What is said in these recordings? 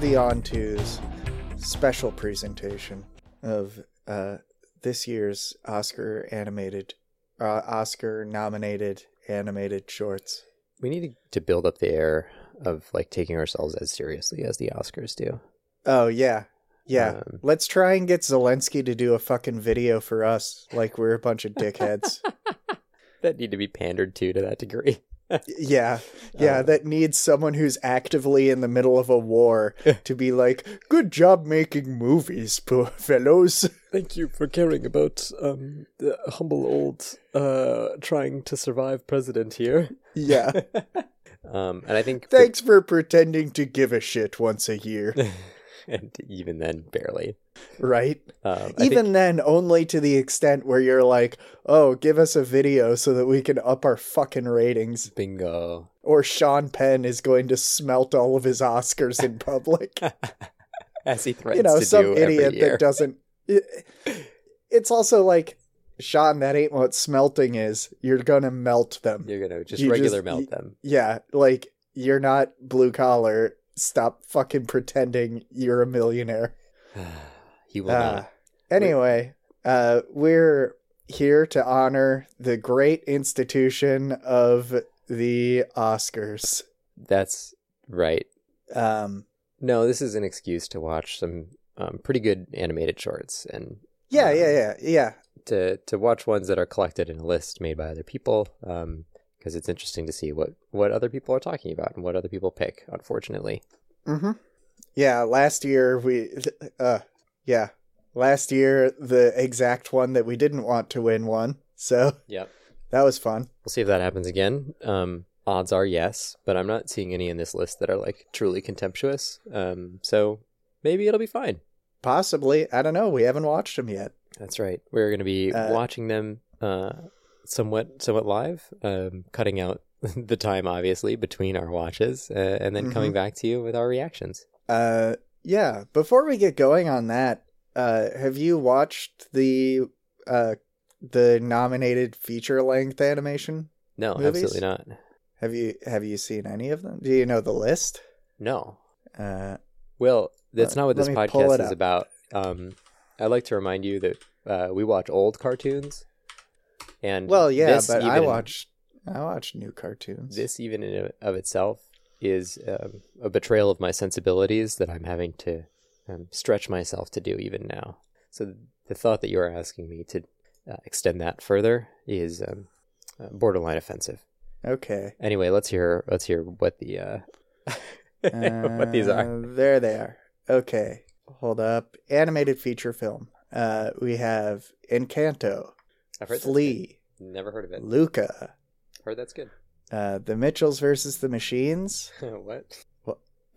Beyond Two's special presentation of uh, this year's Oscar animated, uh, Oscar nominated animated shorts. We need to build up the air of like taking ourselves as seriously as the Oscars do. Oh yeah, yeah. Um, Let's try and get Zelensky to do a fucking video for us, like we're a bunch of dickheads. that need to be pandered to to that degree. yeah, yeah. Uh, that needs someone who's actively in the middle of a war to be like, "Good job making movies, poor fellows." Thank you for caring about um, the humble old uh, trying to survive president here. yeah. Um, and I think for- Thanks for pretending to give a shit once a year, and even then, barely. right? Um, I Even think, then, only to the extent where you're like, oh, give us a video so that we can up our fucking ratings, bingo. or Sean Penn is going to smelt all of his Oscars in public. As he threatens you know, to some do idiot every year. that doesn't. It, it's also like, Sean, that ain't what smelting is. You're gonna melt them. You're gonna just You just- regular melt you- them. yeah, like, you're not blue collar. Stop fucking pretending you're a millionaire. he will Ah. Uh, not. anyway, uh, we're here to honor the great institution of the Oscars. That's right. Um, No, this is an excuse to watch some um, pretty good animated shorts and yeah, yeah, yeah, yeah. to to watch ones that are collected in a list made by other people. Um, because it's interesting to see what what other people are talking about and what other people pick. Unfortunately, Mm-hmm. Yeah, last year we, uh, yeah, last year the exact one that we didn't want to win won. So yep. that was fun. We'll see if that happens again. Um, odds are yes, but I'm not seeing any in this list that are like truly contemptuous. Um, so maybe it'll be fine. Possibly, I don't know. We haven't watched them yet. That's right. We're going to be Uh, watching them uh, somewhat somewhat live, um, cutting out the time obviously between our watches, uh, and then coming back to you with our reactions. Uh, yeah. Before we get going on that, uh, have you watched the uh the nominated feature length animation? No, Movies? absolutely not. Have you have you seen any of them? Do you know the list? No. Uh, Well, that's Uh, not what let this me pull it podcast up. is about. Um, I'd like to remind you that uh, we watch old cartoons, and well, yeah, this but I even- watched I watched new cartoons. this even in a- of itself is um, a betrayal of my sensibilities that I'm having to um, stretch myself to do even now. So the thought that you are asking me to uh, extend that further is um, uh, borderline offensive. Okay, Anyway, let's hear let's hear what the uh, what these are. Uh, There they are. Okay, hold up. Animated feature film. Uh, we have Encanto, I've heard that's good. Flea, Never heard of it. Luca, Heard that's good. uh, The Mitchells versus the Machines. what?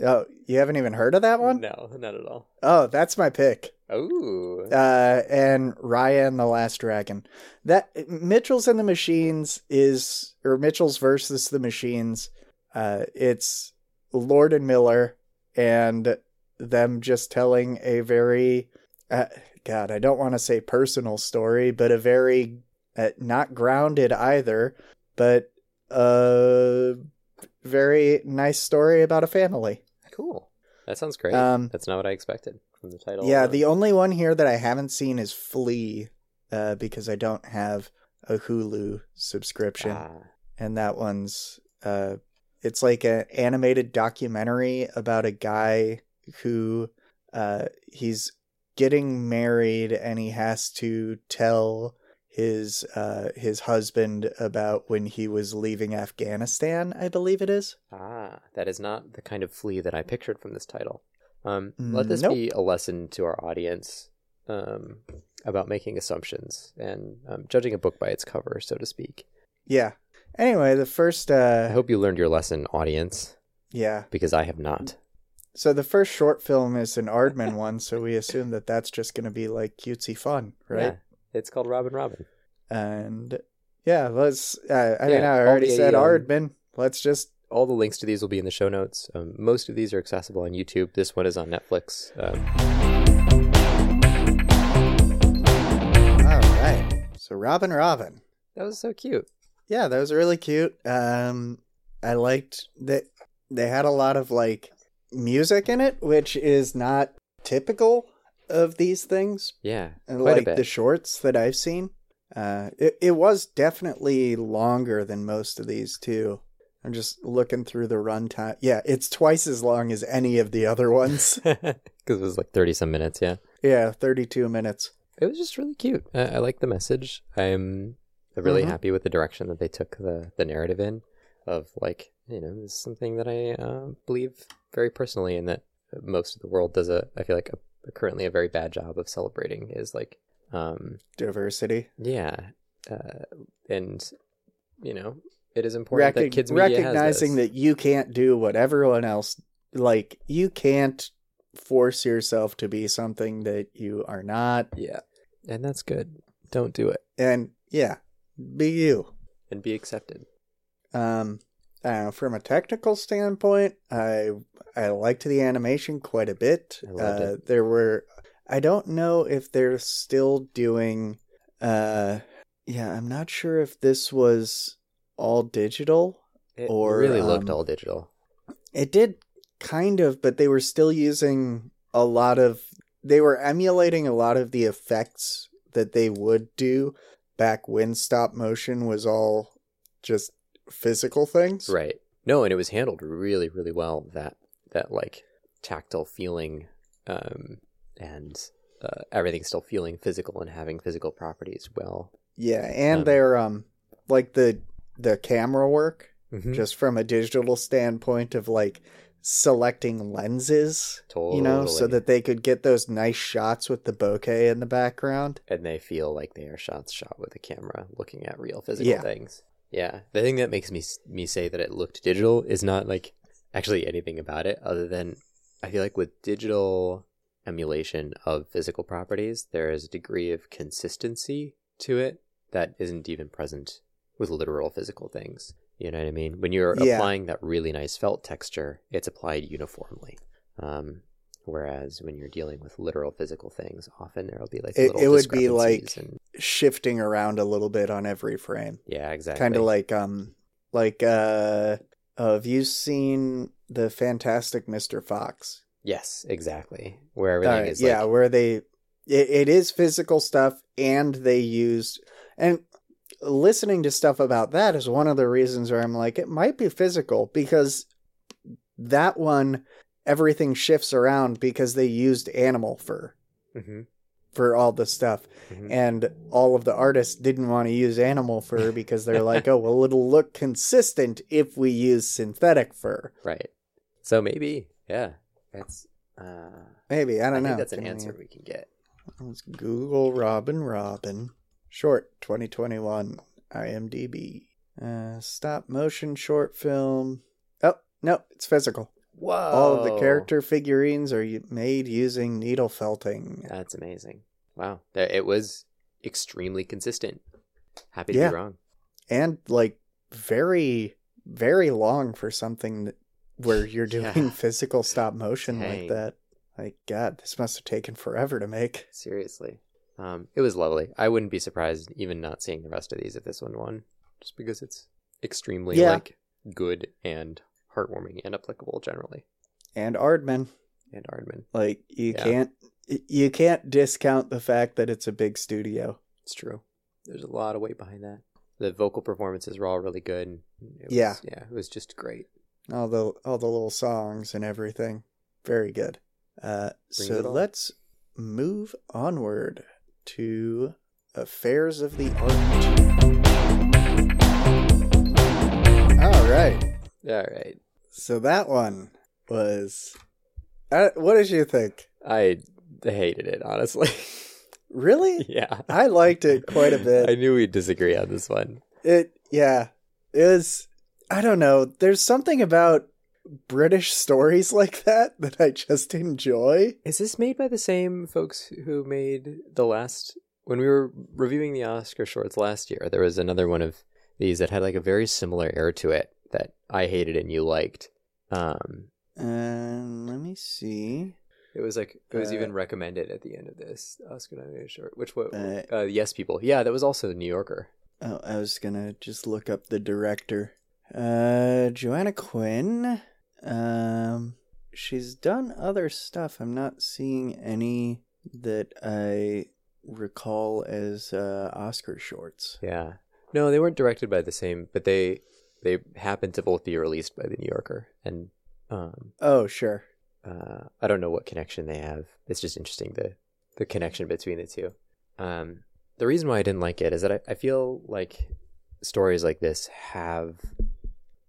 Oh, you haven't even heard of that one? No, not at all. Oh, that's my pick. Oh, Uh, and Raya and the Last Dragon. That Mitchell's and the Machines is or Mitchell's versus the Machines. Uh, it's Lord and Miller and them just telling a very uh, God, I don't want to say personal story, but a very uh, not grounded either, but a very nice story about a family. cool. That sounds great. Um, that's not what I expected from the title. Yeah, alone. the only one here that I haven't seen is Flea, uh, because I don't have a Hulu subscription, Ah, and that one's uh, it's like an animated documentary about a guy who uh, he's getting married and he has to tell his uh, his husband about when he was leaving Afghanistan, I believe it is. Ah, that is not the kind of flea that I pictured from this title. Um, let this Nope. be a lesson to our audience um, about making assumptions and um, judging a book by its cover, so to speak. Yeah. Anyway, the first I uh, hope you learned your lesson, audience, yeah. because I have Mm, not. So the first short film is an Aardman one, so we assume that that's just going to be like cutesy fun, Yeah, right? it's called Robin Robin. And yeah, let's. Uh, I mean, Yeah, I all already the, said um, Aardman. Let's just. All the links to these will be in the show notes. Um, most of these are accessible on YouTube. This one is on Netflix. Um, All right. So Robin, Robin. that was so cute. Yeah, that was really cute. Um, I liked that they had a lot of like music in it, which is not typical of these things. Yeah, And quite a like bit. the shorts that I've seen, uh, it it was definitely longer than most of these too. I'm just looking through the runtime. Yeah, it's twice as long as any of the other ones. Because it was like 30 some minutes, yeah. yeah, 32 minutes. It was just really cute. I, I like the message. I'm really Mhm. happy with the direction that they took the, the narrative in of like, you know, this is something that I uh, believe very personally and that most of the world does a, I feel like, a, currently a very bad job of celebrating is like, um, Diversity. yeah. Uh, and, you know, it is important Recog- that kids media recognizing has this. that you can't do what everyone else like you can't force yourself to be something that you are not Yeah. And that's good. Don't do it. and yeah be you And be accepted. um I don't know, from a technical standpoint i i liked the animation quite a bit I loved uh there were i don't know if they're still doing uh yeah i'm not sure if this was all digital It Or, really looked um, all digital. It did kind of, but they were still using a lot of they were emulating a lot of the effects that they would do back when stop motion was all just physical things. Right. No, and it was handled really, really well. That that like tactile feeling, um, and uh, everything still feeling physical and having physical properties well. Yeah, and Um, their um like the the camera work Mm-hmm. just from a digital standpoint of like selecting lenses, totally. you know, so that they could get those nice shots with the bokeh in the background. and they feel like they are shots shot with a camera, looking at real physical Yeah. things. Yeah. The thing that makes me s- me say that it looked digital is not like actually anything about it, other than I feel like with digital emulation of physical properties, there is a degree of consistency to it that isn't even present with literal physical things. You know what I mean? When you're Yeah. applying that really nice felt texture, it's applied uniformly. Um, whereas when you're dealing with literal physical things, often there will be like It- little it would be discrepancies like- and- Shifting around a little bit on every frame. yeah, exactly. kind of like um like uh have you seen the fantastic mr fox yes, exactly. Where All everything right, is Uh, yeah like, where they it, it is physical stuff and they used and listening to stuff about that is one of the reasons where i'm like it might be physical because that one everything shifts around because they used animal fur Mhm, for all the stuff mhm. and all of the artists didn't want to use animal fur because they're like, oh, well, it'll look consistent if we use synthetic fur. right. So maybe, yeah, that's. Uh, Maybe I I, don't think know. that's an Can answer we- we can get. Let's Google Robin Robin short 2021 IMDb uh, stop motion short film. Oh no, it's physical. Whoa! All Oh. of the character figurines are u- made using needle felting. That's amazing. Wow, That- it was extremely consistent. Happy to Yeah. be wrong. and like very very long for something that, where you're doing Yeah. physical stop motion Dang. like that like god this must have taken forever to make Seriously, um, it was lovely. I wouldn't be surprised, even not seeing the rest of these, if this one won, just because it's extremely Yeah. like good and heartwarming and applicable generally. and ardman And Ardman, like you Yeah. can't you can't discount the fact that it's a big studio It's true. There's a lot of weight behind that. The vocal performances were all really good. and It was, Yeah. yeah, it was just great. all the all the little songs and everything very good uh Brings so it on. let's move onward to affairs of the art all right All right, So that one was. Uh, what did you think? I hated it honestly. Really? yeah, I liked it quite a I bit. knew we'd disagree on this one. It, yeah, it was. I don't know. There's something about British stories like that that I just enjoy. Is this made by the same folks who made the last when we were reviewing the Oscar shorts last year? There was another one of these that had like a very similar air to it that I hated and you liked. Um, Um, let me see. it was like it was Uh, even recommended at the end of this Oscar nominated short. Which what? Uh, Uh, yes, people. Yeah, that was also the New Yorker. oh, I was gonna just look up the director. Uh, Joanna Quinn. Um, she's done other stuff. I'm not seeing any that I recall as uh, Oscar shorts. Yeah. No, they weren't directed by the same, but they they happened to both be released by the New Yorker, and um, Oh, sure. uh, I don't know what connection they have. It's just interesting the the connection between the two. Um, the reason why I didn't like it is that I, I feel like stories like this have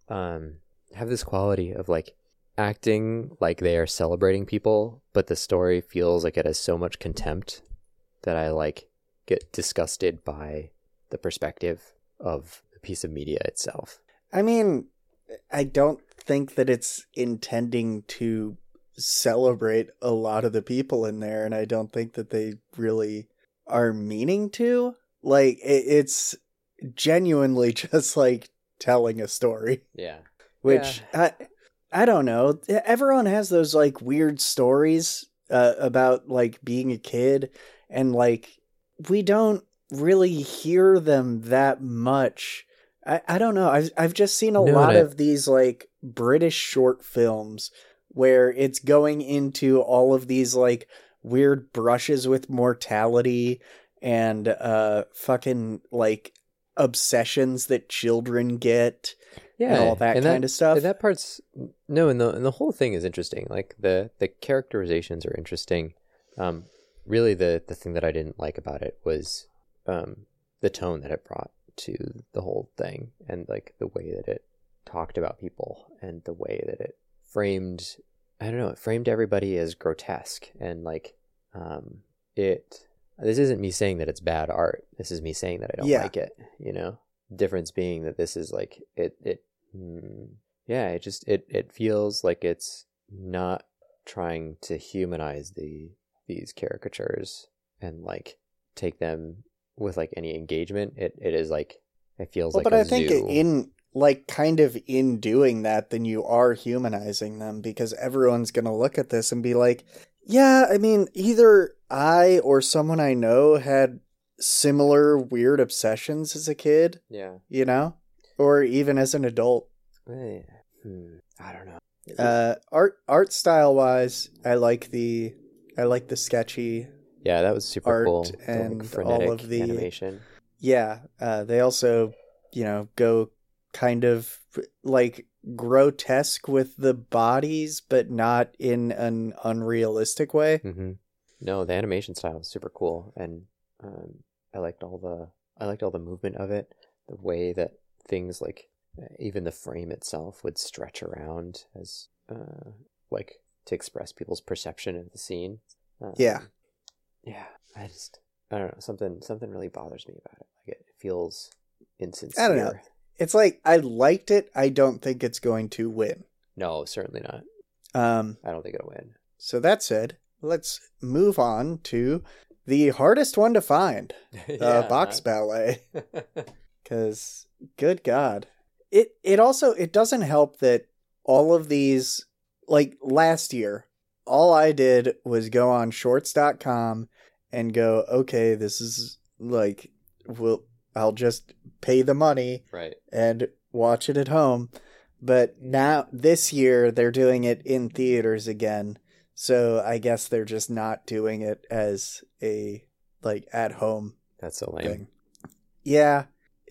um, have this quality of like acting like they are celebrating people, but the story feels like it has so much contempt that I like get disgusted by the perspective of the piece of media itself. I mean, I don't think that it's intending to celebrate a lot of the people in there, and I don't think that they really are meaning to. Like, i- it's genuinely just like telling a story. Yeah. which I, I don't know. Everyone has those like weird stories uh, about like being a kid, and like we don't really hear them that much. I, I don't know. I've I've just seen a No, lot I- of these like British short films where it's going into all of these like weird brushes with mortality and uh fucking like obsessions that children get Yeah. and all that kind of stuff. And that part's no, and the and the whole thing is interesting. Like the the characterizations are interesting. Um, really, the the thing that I didn't like about it was um the tone that it brought to the whole thing, and like the way that it talked about people, and the way that it framed. I don't know. It framed everybody as grotesque, and like um it. This isn't me saying that it's bad art. This is me saying that I don't Yeah. like it. You know, difference being that this is like it it mm, yeah it just it it feels like it's not trying to humanize the these caricatures and like take them with like any engagement it it is like it feels Well, like but I I think in like kind of in doing that, then you are humanizing them because everyone's gonna look at this and be like, yeah, I mean, either I or someone I know had similar weird obsessions as a kid, yeah you know, or even as an adult. Eh, hmm, i don't know Uh, art art style wise, I like the I like the sketchy. yeah that was super art cool The, and all like, frenetic of the- animation Yeah, uh, they also you know go kind of like grotesque with the bodies, but not in an unrealistic way. hmm No, the animation style was super cool, and um, I liked all the I liked all the movement of it, the way that things like uh, even the frame itself would stretch around as uh, like to express people's perception of the scene. Um, Yeah. yeah. I just I don't know something something really bothers me about it. Like it feels insincere. I don't know. It's like I liked it. I don't think it's going to win. No, certainly not. Um, I don't think it'll win. so that said, let's move on to the hardest one to find: uh, box ballet. because good god it it also it doesn't help that all of these like last year all i did was go on shorts.com and go okay this is like we'll i'll just pay the money right. and watch it at home but now this year they're doing it in theaters again so i guess they're just not doing it as a like at home That's so lame. thing. Yeah,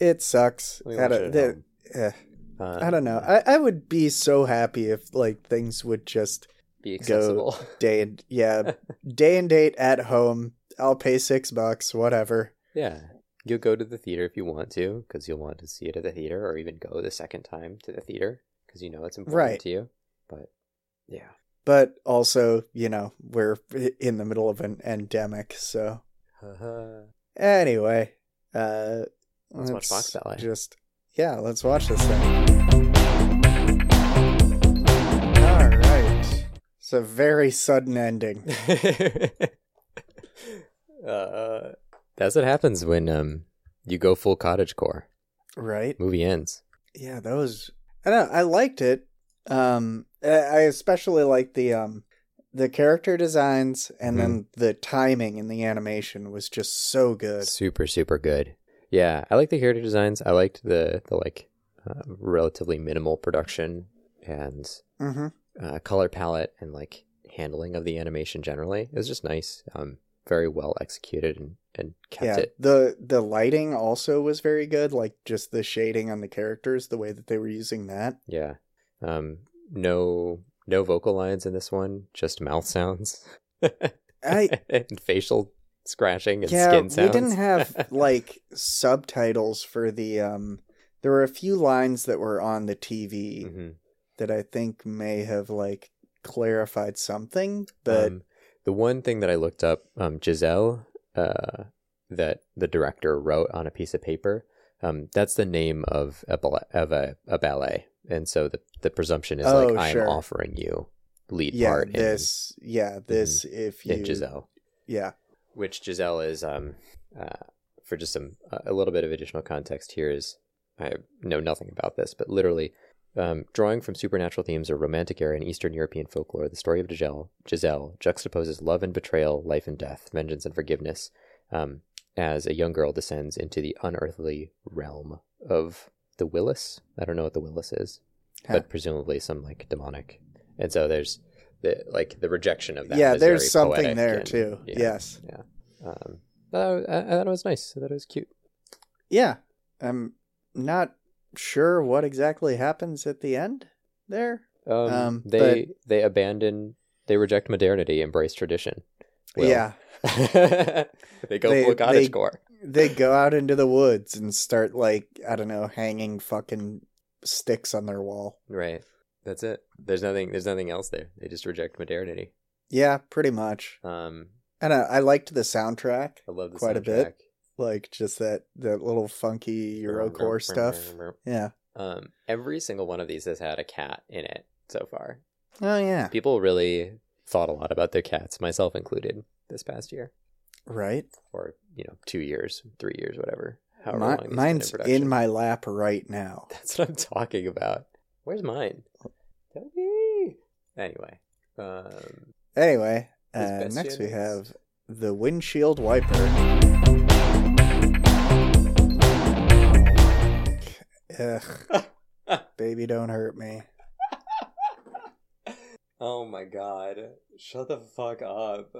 it sucks. Let me I watch don't, it at the- home. eh, Uh, I don't know. I, I would be so happy if like things would just be go- accessible. day and yeah, day and date at home. I'll pay six bucks, whatever. Yeah. You'll go to the theater if you want to, because you'll want to see it at the theater, or even go the second time to the theater, because you know it's important Right. to you. But yeah. But also, you know, we're in the middle of an endemic, so anyway, uh, Let's watch Fox Ballet. Just yeah, let's watch this thing. All right, it's a very sudden ending. uh, that's what happens when um you go full cottage core. Right. Movie ends. Yeah, that was. I don't. know, I liked it. Um, I I especially liked the um, the character designs, and Mm-hmm. then the timing and the animation was just so good. Super, super good. Yeah, I like the character designs. I uh, liked the the like um, relatively minimal production and hmm uh, color palette and like handling of the animation generally. It was just nice, um, very well executed and, and kept yeah, it. the the lighting also was very good. Like just the shading on the characters, the way that they were using that. Yeah. Um, no, no vocal lines in this one, just mouth sounds I and facial scratching and yeah, skin we sounds. didn't have like subtitles for the um. There were a few lines that were on the TV Mhm. that I think may have like clarified something, but Um, the one thing that I looked up, um, Giselle, uh, that the director wrote on a piece of paper, um, that's the name of a bal- of a, a ballet, and so the the presumption is Oh, like I am sure. offering you lead yeah, part in- Mhm. this yeah this if in, you Giselle, yeah which Giselle is um, uh, for just some uh, a little bit of additional context here is I know nothing about this, but literally. Um, drawing from supernatural themes of romantic era and Eastern European folklore, the story of Giselle, Giselle juxtaposes love and betrayal, life and death, vengeance and forgiveness, um, as a young girl descends into the unearthly realm of the Willis. I don't know what the Willis is, Huh. but presumably some like demonic. And so there's the like the rejection of that. yeah is there's very something poetic there and- too yeah. yes Um, that, I, I thought it was nice. I thought it was cute. yeah I'm not sure what exactly happens at the end there Um, Um, they they abandon they reject modernity, embrace tradition. Will. yeah they go They- full cottage they- core. they go out into the woods and start like I don't know hanging fucking sticks on their wall Right. That's it. There's nothing. There's nothing else there. They just reject modernity. yeah pretty much Um, and I, I liked the soundtrack I love the Quite a soundtrack. bit. like just that that little funky Eurocore stuff yeah Um, every single one of these has had a cat in it so far. oh yeah People really thought a lot about their cats, myself included, this past year right or you know two years, three years, whatever. However Mi- long these mine's been in production. my lap right now. That's what I'm talking about. Where's mine? Tell me. Anyway, um, Anyway, His uh, best next we yet is- have the windshield wiper. Ugh. Baby, don't hurt me. Oh my god. Shut the fuck up.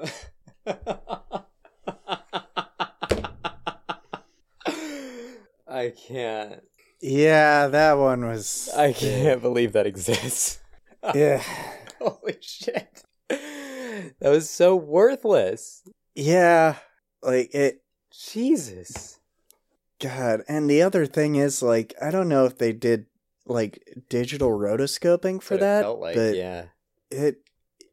I can't. Yeah, that one was. I can't believe that exists. Yeah, Holy shit. That was so worthless. yeah. Like it. Jesus. God. And the other thing is, like, I don't know if they did like digital rotoscoping for What it that, felt like, but yeah. it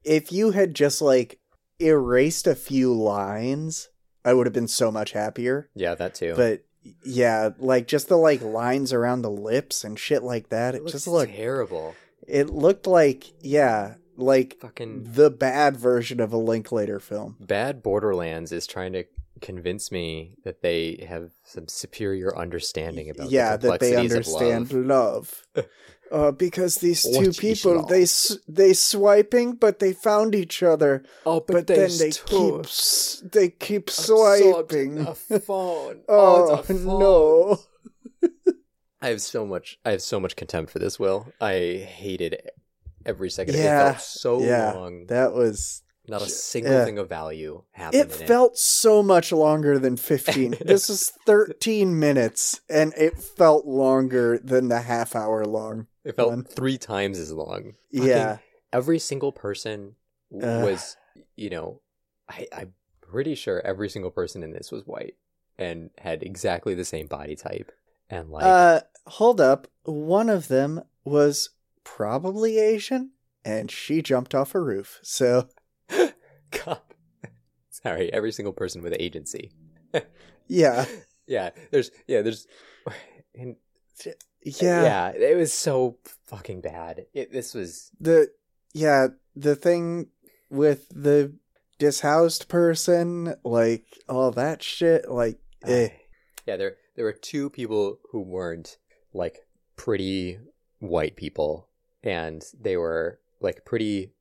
if you had just like erased a few lines i would have been so much happier Yeah, that too. but yeah like just the like lines around the lips and shit like that it, looks just looked terrible. it looked like yeah like Fucking the bad version of a Linklater film bad Borderlands is trying to convince me that they have some superior understanding about yeah the that they complexities understand of love. love, Uh, because these What two is people love? they s- they swiping but they found each other Oh, but, then they keep s- they keep swiping phone. Oh, no. I have so much. I have so much contempt for this. Will I hated every second. of it. Yeah, it felt so yeah, long. That was Not a single yeah. thing of value happened. it in felt so much longer than 15. this is 13 minutes and it felt longer than the half hour long. It, it felt one. three times as long. Yeah. Fucking every single person Ugh. was, you know, I, I'm pretty sure every single person in this was white and had exactly the same body type and like Uh hold up. One of them was probably Asian and she jumped off a roof. So, God. Sorry, every single person with agency. yeah. Uh, Yeah, there's yeah, there's and uh, Yeah. yeah. it was so fucking bad. It, this was The yeah, the thing with the dishoused person, like all that shit, like Uh, eh. yeah, there there were two people who weren't like pretty white people and they were like pretty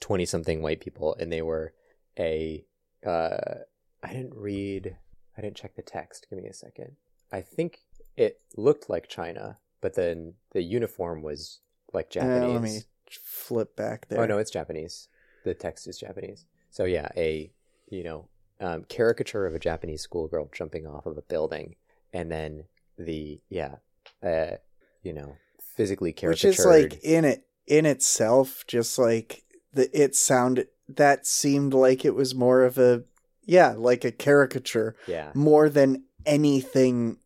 20 something white people and they were a uh I didn't read I didn't check the text. Give me a second. I think it looked like China, but then the uniform was like Uh, Japanese. let me flip back there. Oh no, it's Japanese. The text is Japanese. So yeah, a you know um, caricature of a Japanese schoolgirl jumping off of a building, and then the yeah, uh, you know, physically which caricatured. is like in it in itself just like the it sounded that seemed like it was more of a yeah like a caricature yeah, more than anything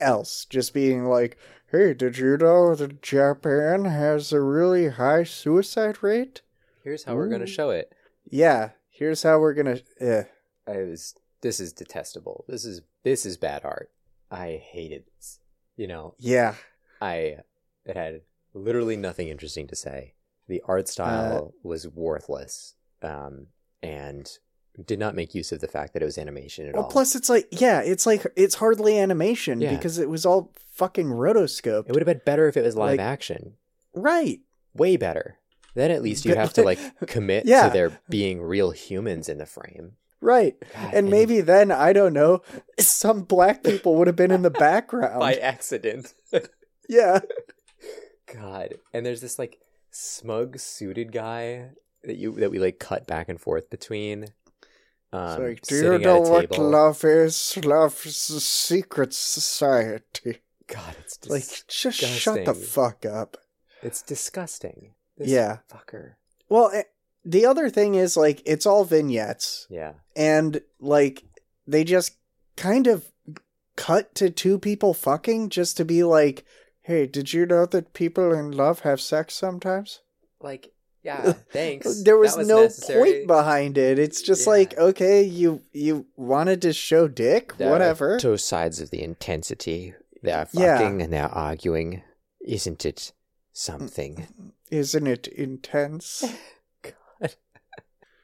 else just being like hey did you know that japan has a really high suicide rate here's how we're gonna Ooh. show it. yeah here's how we're gonna eh. I was this is detestable. This is this is bad art. I hated this. You know, yeah I it had literally nothing interesting to say. The Uh, art style was worthless, um, and did not make use of the fact that it was animation at well all. plus it's like yeah it's like it's hardly animation Yeah. because it was all fucking rotoscope it would have been better if it was live like- action. right Way better. Then at least you Good- have to like commit Yeah. to there being real humans in the frame. right God, and maybe then I don't know, some black people would have been in the background. by accident. yeah, God. And there's this like smug suited guy that you that we like cut back and forth between. Um, It's like, do you sitting know at a what table. love is? Love is a secret society. God, it's dis- Like, just shut the disgusting. fuck up. it's disgusting. This Yeah. fucker. Well, eh, the other thing is like it's all vignettes, Yeah, and like they just kind of cut to two people fucking just to be like, hey, did you know that people in love have sex sometimes? like yeah. Thanks. there was, That no necessary. point behind it it's just Yeah. like okay you you wanted to show dick There are whatever Two sides of the intensity. They're Yeah. fucking and they're arguing. Isn't it something? isn't it intense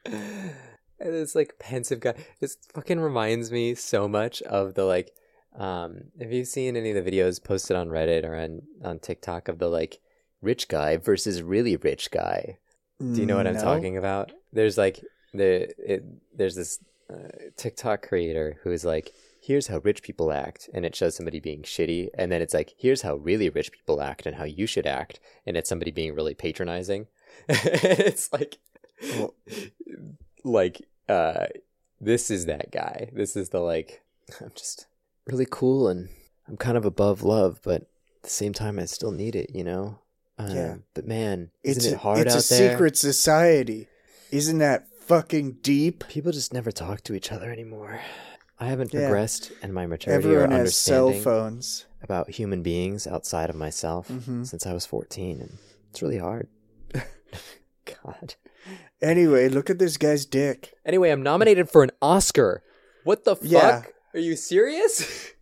and this like pensive guy this fucking reminds me so much of the like um have you seen any of the videos posted on reddit or on on tiktok of the like rich guy versus really rich guy do you know what i'm No. talking about there's like the it, there's this uh, tiktok creator who's like here's how rich people act and it shows somebody being shitty and then it's like here's how really rich people act and how you should act and it's somebody being really patronizing it's like Well- like uh this is that guy this is the like i'm just really cool and i'm kind of above love but at the same time i still need it you know um, Yeah. but man it's isn't a, it hard it's out a there secret society isn't that fucking deep people just never talk to each other anymore i haven't Yeah. progressed in my maturity everyone or has cell understanding phones about human beings outside of myself Mhm. since i was 14 and it's really hard god anyway look at this guy's dick Anyway, I'm nominated for an Oscar. What the fuck? Yeah. Are you serious?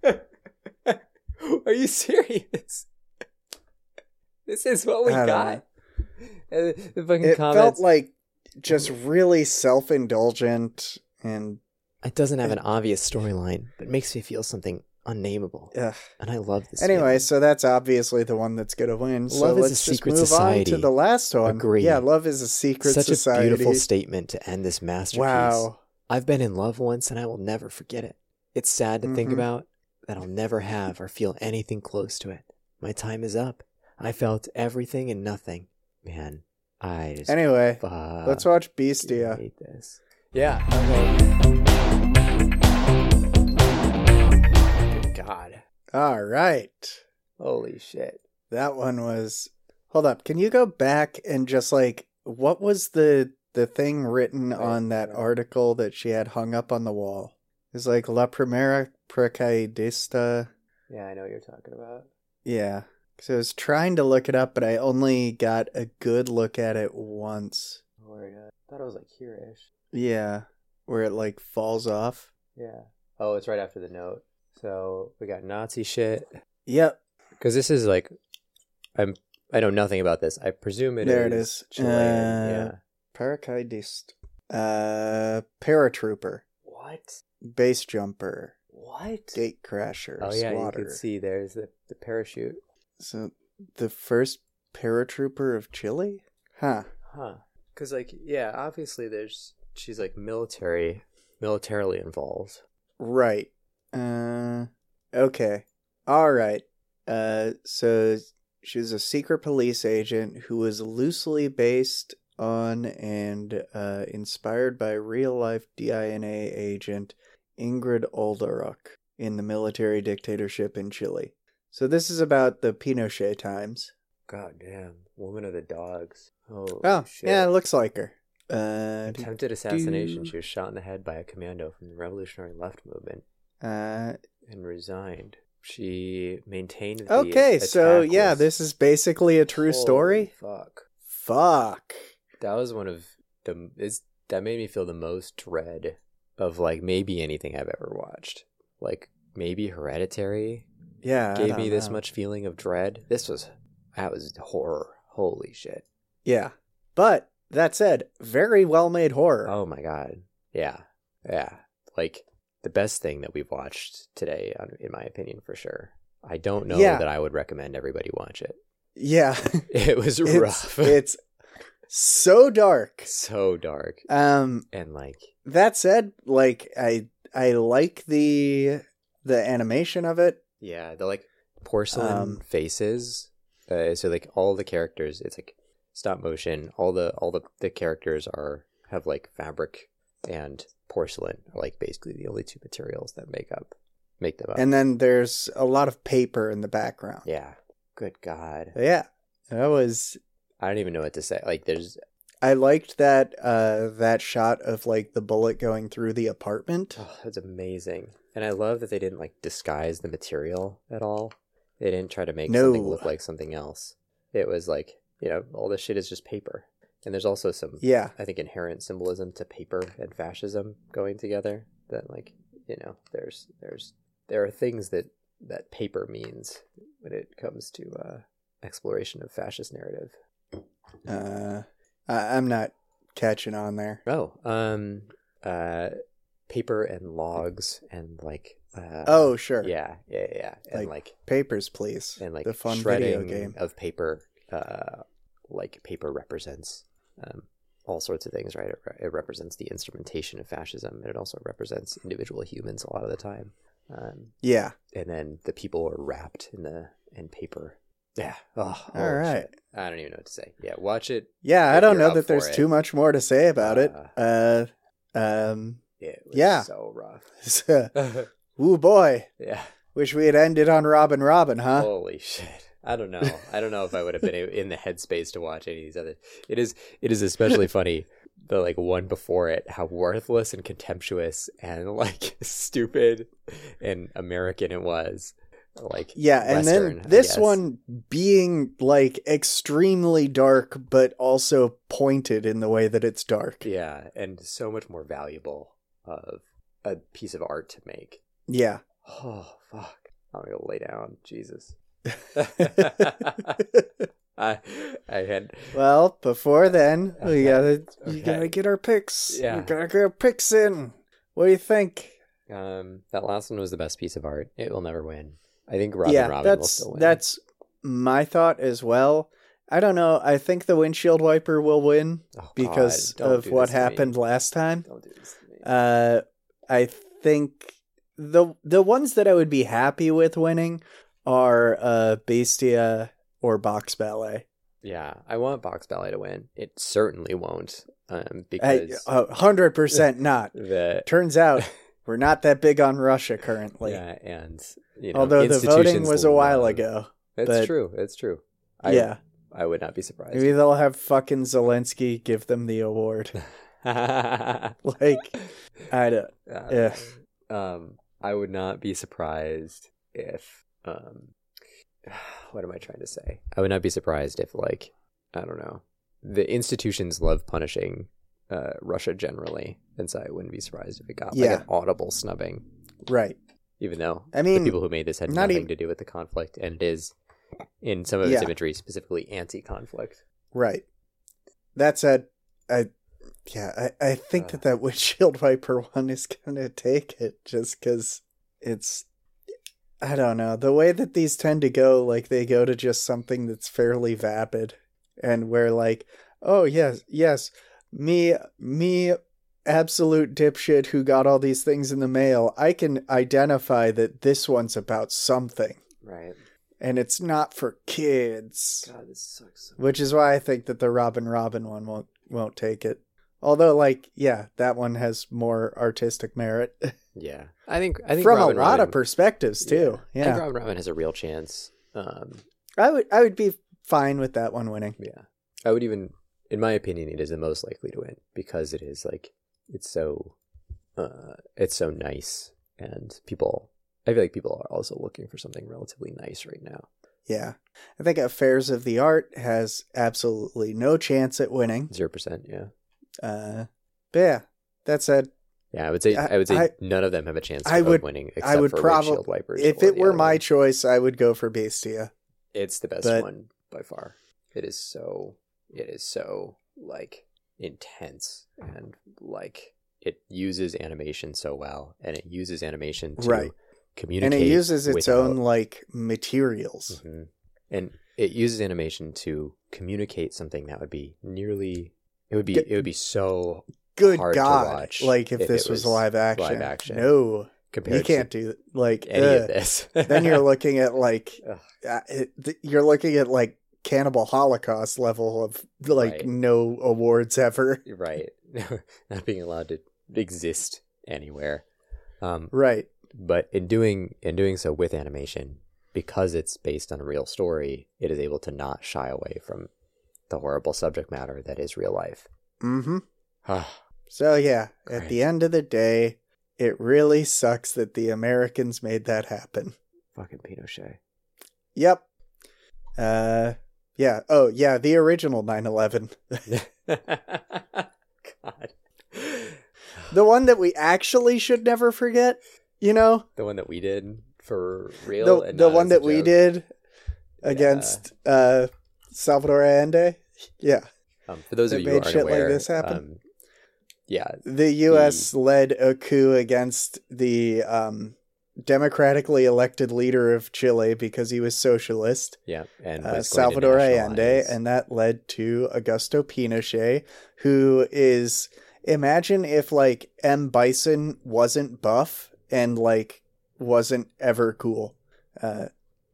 Are you serious? This is what we I don't got. Uh, the fucking it felt comments. like just really self-indulgent and it doesn't have an obvious storyline, but makes me feel something unnameable, ugh. and I love this. Anyway, so that's obviously the one that's going to win. So Love is let's a just secret move society. on to the last one. Agree. Yeah, love is a feeling. secret such society. a beautiful statement to end this masterpiece. Wow. I've been in love once, and I will never forget it. It's sad to think Mhm. about that I'll never have or feel anything close to it. My time is up. I felt everything and nothing. Man, I just Anyway, Fuck. let's watch Beastia. Hate this. Yeah. Good God. All right. Holy shit. That one was Hold up. Can you go back and just like what was the the thing written on that article that she had hung up on the wall? It's like La Primera Precaidista. Yeah, I know what you're talking about. Yeah. So I was trying to look it up, but I only got a good look at it once. Word. Uh, thought it was like here-ish. Yeah, where it like falls off. Yeah. Oh, it's right after the note. So we got Nazi shit. Yep, Because this is like, I'm I know nothing about this. I presume it is there it is. Chilean. Uh, yeah. Paracaidist. Uh, paratrooper, What? base jumper, What? gate crasher, oh yeah, swatter. you can see there's the, the parachute. So the first paratrooper of Chile? Huh. Huh. Because, like, yeah, obviously there's. She's, like, military, militarily involved. Right. Uh, okay. All right. Uh, so She was a secret police agent who was loosely based on and uh, inspired by real life DINA agent Ingrid Olderuck in the military dictatorship in Chile. So this is about the Pinochet times. God damn. Woman of the dogs. Oh, Oh, shit. yeah, it looks like her. Uh, Attempted assassination. do- She was shot in the head by a commando from the Revolutionary Left movement uh, and resigned. She maintained. The okay, so attack yeah, was- this is basically a true Holy story. Fuck. Fuck. That was one of the. Is that made me feel the most dread of like maybe anything I've ever watched. Like maybe Hereditary Yeah. I gave don't me this know. much feeling of dread. This was that was horror. Holy shit. Yeah. But that said, very well made horror. Oh my god. Yeah. Yeah. Like the best thing that we've watched today, on- in my opinion, for sure. I don't know Yeah. that I would recommend everybody watch it. Yeah. It was it's, rough. it's so dark. so dark. Um And like, that said, like I I like the the animation of it. yeah, the like porcelain Um, faces. Uh, so like all the characters, it's like stop motion. All the all the the characters are have like fabric and porcelain are like basically the only two materials that make up make them up. And then there's a lot of paper in the background. Oh. yeah. Good God. Yeah. That was I don't even know what to say. Like there's I liked that uh that shot of like the bullet going through the apartment. oh, that's amazing. And I love that they didn't like disguise the material at all. They didn't try to make something No. look like something else. It was like, you know, all this shit is just paper. And there's also some Yeah. I think inherent symbolism to paper and fascism going together that like, you know, there's there's there are things that that paper means when it comes to uh exploration of fascist narrative. Uh I, I'm not catching on there. Oh, um uh paper and logs and like uh Oh, sure. Yeah, yeah, yeah. And like, Papers, please. and like the fun video shredding game. of paper, uh, like paper represents um, all sorts of things, right? It, re- it represents the instrumentation of fascism, and it also represents individual humans a lot of the time. Um, Yeah. and then the people are wrapped in the in paper. Yeah. Oh, All right. I don't even know what to say. Yeah, watch it. Yeah, I if don't you're know up that there's for it. too much more to say about it. Uh, um, It was Yeah. so rough. woo boy, yeah. wish we had ended on Robin Robin, huh? Holy shit. I don't know. I don't know if I would have been in the headspace to watch any of these other. It is it is especially funny the like one before it how worthless and contemptuous and like stupid and American it was. Like Yeah, and Western, I then this guess. one being like extremely dark, but also pointed in the way that it's dark. yeah, and so much more valuable of a piece of art to make. Yeah. Oh fuck. I'm going to lay down. Jesus. I I had Well, before then, we Okay. gotta Okay. you gotta get our picks. Yeah. we gotta get our picks in. What do you think? Um, that last one was the best piece of art. It will never win. I think Robin Robin that's, will still win. That's my thought as well. I don't know. I think the windshield wiper will win Oh, because God, don't of do what this to me. happened last time. Don't do this to me. Uh, I think the the ones that I would be happy with winning are uh, Bestia or Box Ballet. yeah, I want Box Ballet to win. It certainly won't. Um, I- uh, because a Hundred percent not. the Turns out we're not that big on Russia currently. yeah, and you know, Although the voting institutions was a while love- ago. That's but- true. That's true. I, yeah. I would not be surprised. Maybe they'll have fucking Zelensky give them the award. like I don't. Uh, Yeah. Um, I would not be surprised if um, what am I trying to say? I would not be surprised if like I don't know. The institutions love punishing uh, Russia generally, and so I wouldn't be surprised if it got Yeah. like an audible snubbing, Right. even though I mean, the people who made this had not nothing even- to do with the conflict, and it is in some of its Yeah. imagery specifically anti-conflict. right. That said, I yeah, I, I think Uh. that that windshield wiper one is gonna take it just because it's I don't know the way that these tend to go. Like they go to just something that's fairly vapid, and where like, oh yes, yes, me, me. Absolute dipshit who got all these things in the mail. I can identify that this one's about something. Right. and it's not for kids, God, this sucks. So which is why I think that the Robin Robin one won't won't take it. Although, like, yeah, that one has more artistic merit yeah, I think I think from Robin a lot Robin, of perspectives too. I think Yeah, Robin Robin has a real chance. Um, I would I would be fine with that one winning. yeah, I would even, in my opinion, it is the most likely to win because it is like it's so, uh, it's so nice, and people. I feel like people are also looking for something relatively nice right now. Yeah, I think Affairs of the Art has absolutely no chance at winning. Zero percent, yeah, Uh, but yeah, that said, yeah. I would say I- I, would say I- none of them have a chance. I of would- winning. Except I would for probab- windshield wipers. if or it the were other my one. choice, I would go for Bestia. It's the best But- one by far. It is so it is so like intense and like it uses animation so well and it uses animation to Right. communicate And it uses its without- own like materials. Mhm. and it uses animation to communicate something that would be nearly it would be Get- it would be so Good Hard to God! watch Like if, if this it was, was live action, live action no, compared you can't do like to any ugh. of this then you're looking at like Ugh. uh, it, th- you're looking at like cannibal holocaust level of like Right. no awards ever right not being allowed to exist anywhere um right but in doing in doing so with animation because it's based on a real story it is able to not shy away from the horrible subject matter that is real life mm-hmm Ah, so yeah at Great. the end of the day it really sucks that the americans made that happen fucking pinochet yep uh yeah oh yeah the original 9-11 god the one that we actually should never forget you know the one that we did for real the, and the not one as a that we joke. did against uh salvador allende yeah um, for those that of you who made aren't shit like aware this happen. um, yeah the U.S. led a coup against the um, democratically elected leader of Chile because he was socialist, yeah and uh, was going to Salvador Allende, nationalize- and that led to Augusto Pinochet, who is imagine if like M. Bison wasn't buff and like wasn't ever cool, uh,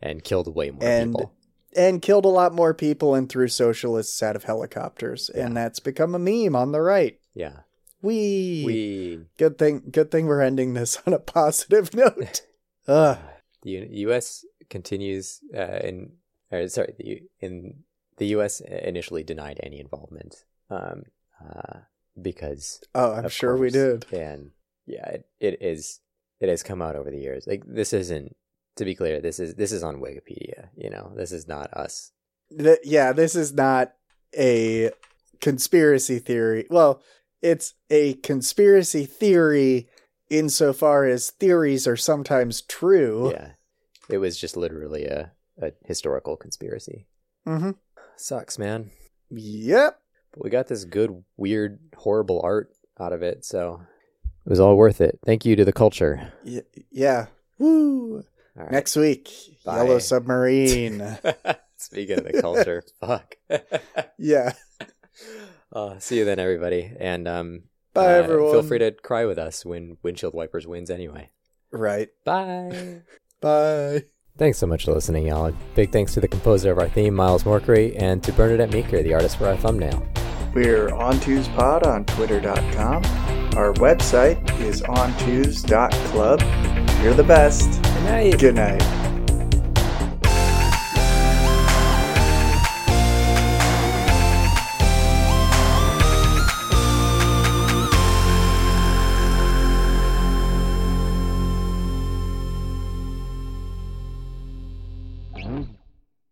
and killed way more and- people and killed a lot more people and threw socialists out of helicopters, and that's become a meme on the right. yeah We we Good thing good thing we're ending this on a positive note. Ugh. the U- U.S. continues uh, in or sorry the U- in the U.S. initially denied any involvement um, uh, because Oh, I'm of sure we course, did. and yeah it, it is it has come out over the years like this isn't to be clear this is this is on Wikipedia you know this is not us Th- yeah, this is not a conspiracy theory. Well, it's a conspiracy theory insofar as theories are sometimes true. yeah it was just literally a, a historical conspiracy Mm-hmm. sucks man Yep. but we got this good weird horrible art out of it so it was all worth it thank you to the culture Y- yeah. Woo. all right. Next week, Bye. Yellow Submarine. Speaking of the culture, fuck. yeah. uh, see you then, everybody, and um, Bye, uh, everyone. Feel free to cry with us when windshield wipers wins anyway. Right. Bye. Bye. Thanks so much for listening, y'all. And Big thanks to the composer of our theme, Miles Morkery, and to Bernadette Meeker, the artist for our thumbnail. We're OnTwosPod on Twitter.com. Our website is OnTwos.club. You're the best. Good night. Good night.